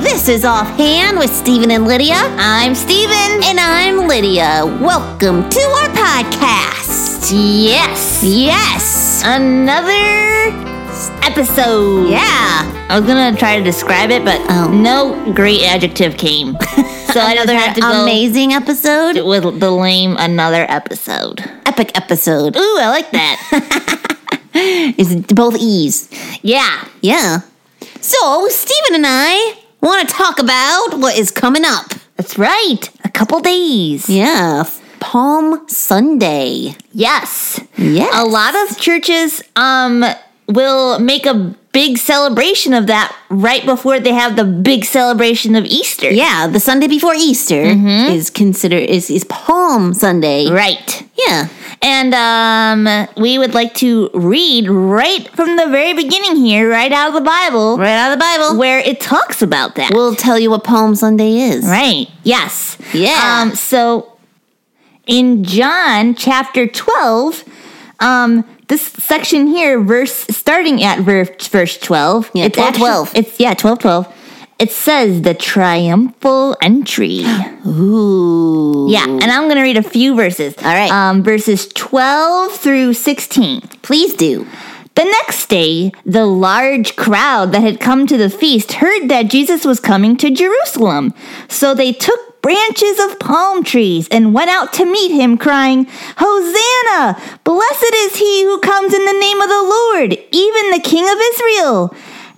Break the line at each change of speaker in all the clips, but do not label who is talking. This is Offhand with Stephen and Lydia. I'm Stephen. And I'm Lydia. Welcome to our podcast. Yes. Yes. Another s-
Um,
episode. Yeah. Oh. I was going to try to describe it, but no great adjective came. So I just had to go
amazing episode,
with the lame another episode.
epic episode.
Ooh, I like that.
It's both E's.
yeah.
Yeah. So Stephen and I want to talk about what is coming up.
That's right. A couple days.
Yeah, Palm Sunday.
Yes.
Yes.
A lot of churches um will make a big celebration of that right before they have the big celebration of Easter.
Yeah, the Sunday before Easter is considered is is Palm Sunday.
Right.
Yeah.
And um we would like to read right from the very beginning here, right out of the Bible,
Right out of the Bible.
where it talks about that.
We'll tell you what Palm Sunday is.
Right. Yes.
Yeah.
Um, so in John chapter 12, um, this section here, verse starting at verse, verse 12.
Yeah, 12, 12.
It's, yeah, 12, 12. It says the triumphal entry.
Um, Ooh.
yeah. And I'm going to read a few verses. All
right.
Um, verses 12 through 16.
Please do.
The next day, the large crowd that had come to the feast heard that Jesus was coming to Jerusalem. So they took branches of palm trees and went out to meet him, crying, Hosanna! Blessed is he who comes in the name of the Lord, even the King of Israel!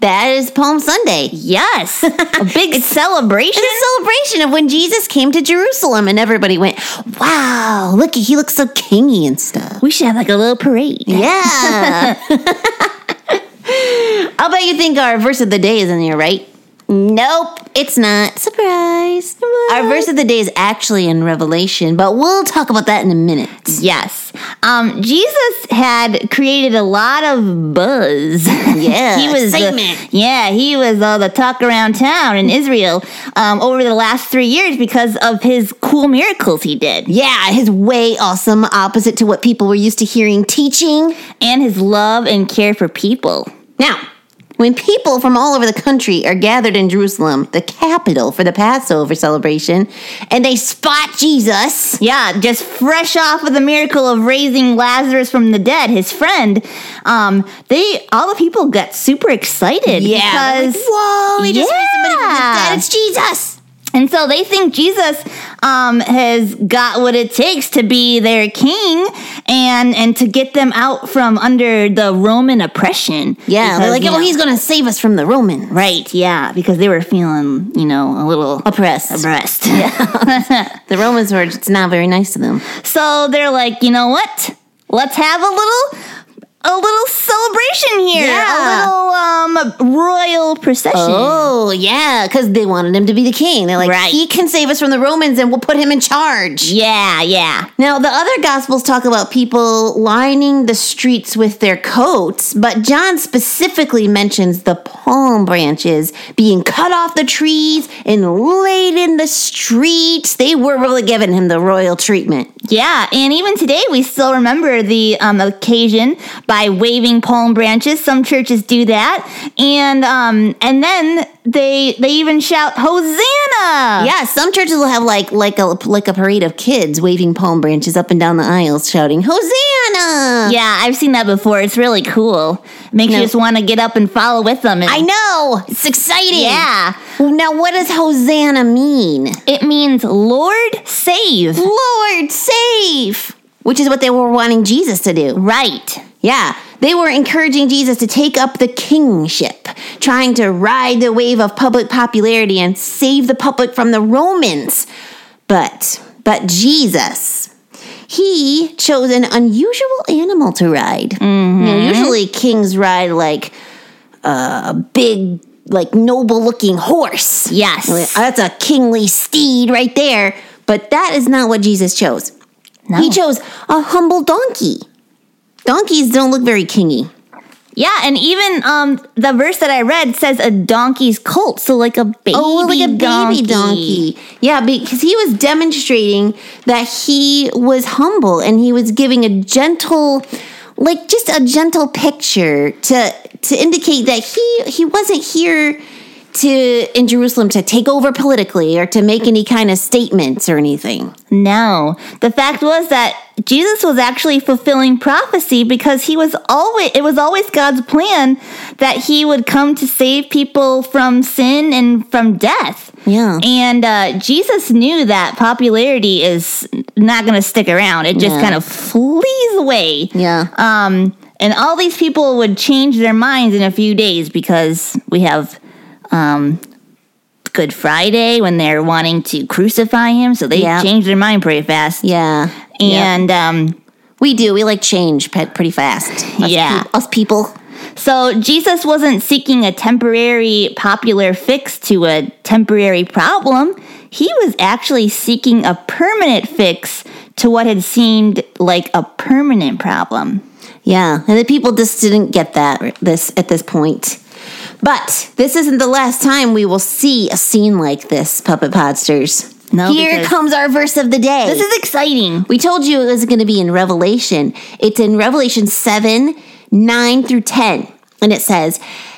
that is Palm Sunday.
Yes, a big celebration.
It's a celebration of when Jesus came to Jerusalem and everybody went, wow, look, he looks so kingy and stuff.
We should have like a little parade.
Yeah. I'll bet you think our verse of the day is in here, right? Nope, it's not. Surprise. Our verse of the day is actually in Revelation, but we'll talk about that in a minute.
Yes. Um, Jesus had created a lot of buzz.
Yeah,
he was. uh, the-
excitement.
yeah, he was all the talk around town in Israel um, over the last three years because of his cool miracles he did
Yeah, his way awesome, opposite to what people were used to hearing teaching.
and his love and care for people.
Now, when people from all over the country are gathered in Jerusalem, the capital for the Passover celebration, and they spot Jesus,
Yeah, just fresh off of the miracle of raising Lazarus from the dead, his friend, um, they all the people got super excited.
they're like,
because
whoa, we just raised somebody from the
Yeah.
dead. It's Jesus.
and so they think Jesus um, has got what it takes to be their king and and to get them out from under the Roman oppression.
Yeah, they're
Because,
like,
you
oh,
know-
he's going to save us from the Roman.
right. Yeah, because they were feeling you know a little
Oppressed.
oppressed.
The Romans were just not very nice to them.
So they're like, you know what? Let's have a little a little celebration here. A little um royal procession.
Oh, yeah, because they wanted him to be the king. They're like,
Right.
he can save us from the Romans and we'll put him in charge.
Yeah, yeah.
Now, the other gospels talk about people lining the streets with their coats, but John specifically mentions the palm branches being cut off the trees and laid in the streets. They were really giving him the royal treatment.
Yeah, and even today we still remember the um, occasion by waving palm branches. Some churches do that. And um and then they they even shout hosanna.
Yeah, some churches will have like like a like a parade of kids waving palm branches up and down the aisles shouting, "Hosanna!"
Yeah, I've seen that before. It's really cool. Makes
No.
you just want to get up and follow with them. And,
I know. It's exciting.
yeah.
Now, what does Hosanna mean?
It means Lord save.
Lord, save! Which is what they were wanting Jesus to do.
Right.
Yeah, they were encouraging Jesus to take up the kingship, trying to ride the wave of public popularity and save the public from the Romans. But, but Jesus, he chose an unusual animal to ride. You know, usually kings ride like a big, like noble looking horse.
Yes.
Oh, That's a kingly steed right there. But that is not what Jesus chose. He chose a humble donkey. Donkeys don't look very kingy.
Yeah, and even um the verse that I read says a donkey's colt, so like a baby
Oh, like a baby donkey. Yeah, because he was demonstrating that he was humble and he was giving a gentle, like just a gentle picture to to indicate that he he wasn't here to in Jerusalem to take over politically or to make any kind of statements or anything.
No. The fact was that Jesus was actually fulfilling prophecy because he was always it was always God's plan that he would come to save people from sin and from death.
Yeah.
And uh, Jesus knew that popularity is not going to stick around. It just
Yeah.
kind of flees away.
Yeah.
Um, and all these people would change their minds in a few days because we have um, Good Friday when they're wanting to crucify him. So they
Yeah.
change their mind pretty fast.
Yeah.
And um,
we do. We like change pet pretty fast. Us
Yeah.
peop- us people.
so Jesus wasn't seeking a temporary popular fix to a temporary problem. He was actually seeking a permanent fix to what had seemed like a permanent problem.
Yeah, and the people just didn't get that this at this point. But this isn't the last time we will see a scene like this, Puppet Podsters.
No,
Here
because-
comes our verse of the day.
This is exciting.
we told you it was going to be in Revelation. It's in Revelation 7 9 through 10. And it says,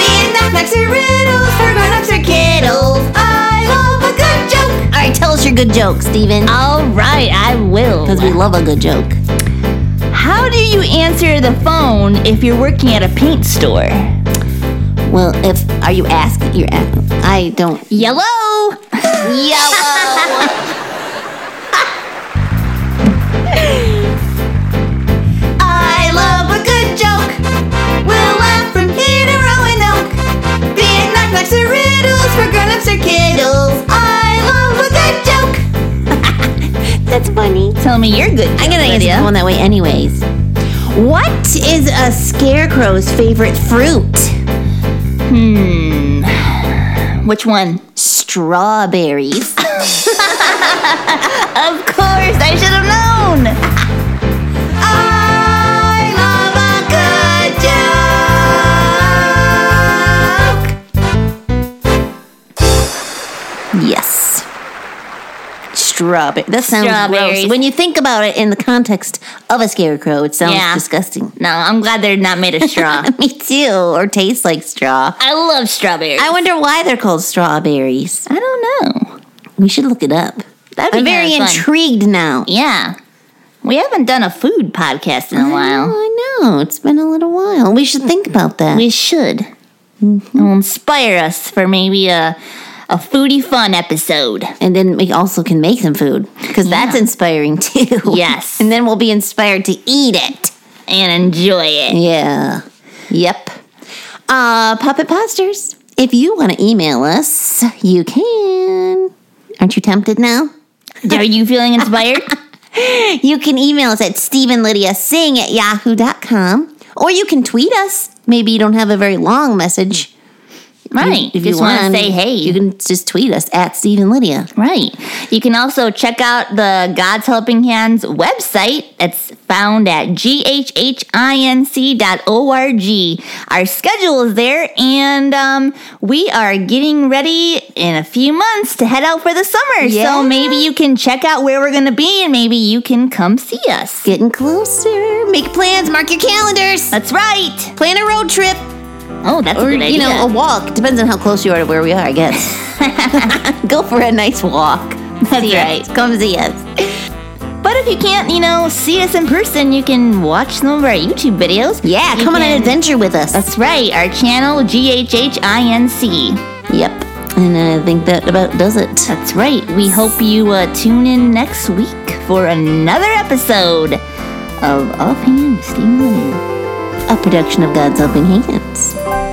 Being that next to riddles for grown-ups or kiddles. I love a good joke. All right, tell us your good joke, Steven.
All right, I will.
Because we love a good joke.
How do you answer the phone if you're working at a paint store?
Well, if are you asking? You're. a- I don't.
Yellow.
Yellow. I love a good joke. We'll laugh from here to Roanoke. Being knock knocks are
me your good
I'm gonna answer
Lydia.
the one that way, anyways. What is a scarecrow's favorite fruit?
Which one?
Strawberries.
Of course, I should have known. I love a good joke.
yes. Strawberry. That sounds
Strawberries.
gross. When you think about it in the context of a scarecrow, it sounds
Yeah.
disgusting.
No, I'm glad they're not made of straw.
Me too. Or tastes like straw.
I love strawberries.
I wonder why they're called strawberries.
I don't know.
We should look it up.
That'd be
I'm very
kinda fun.
intrigued now.
Yeah, we haven't done a food podcast in a while.
Oh, I know. It's been a little while. We should think about that.
We should. It'll inspire us for maybe a a foodie fun episode.
and then we also can make some food because that's inspiring too.
Yes.
And then we'll be inspired to eat it.
and enjoy it.
Yeah. Yep. Uh, Puppet Posters, if you want to email us, you can. Aren't you tempted now?
Are you feeling inspired?
You can email us at StephenLydiaSing at yahoo.com or you can tweet us. Maybe you don't have a very long message.
right. If you just want to say hey.
You can just tweet us at Stephen Lydia.
Right. You can also check out the God's Helping Hands website. It's found at ghhinc.org. Our schedule is there, and um, we are getting ready in a few months to head out for the summer.
Yeah.
So maybe you can check out where we're going to be, and maybe you can come see us.
Getting closer. Make plans, mark your calendars.
That's right.
Plan a road trip
Oh, that's
or,
a good idea.
you know, a walk. Depends on how close you are to where we are, I guess. Go for a nice walk. That's
See
right. Come see us.
but if you can't, you know, see us in person, you can watch some of our YouTube videos.
Yeah,
You
come on
can-
an adventure with us.
That's right, our channel GHHINC.
yep. And I think that about does it.
That's right, we hope you uh, tune in next week for another episode of Offhand with Steve Lennon.
A production of God's Helping Hands.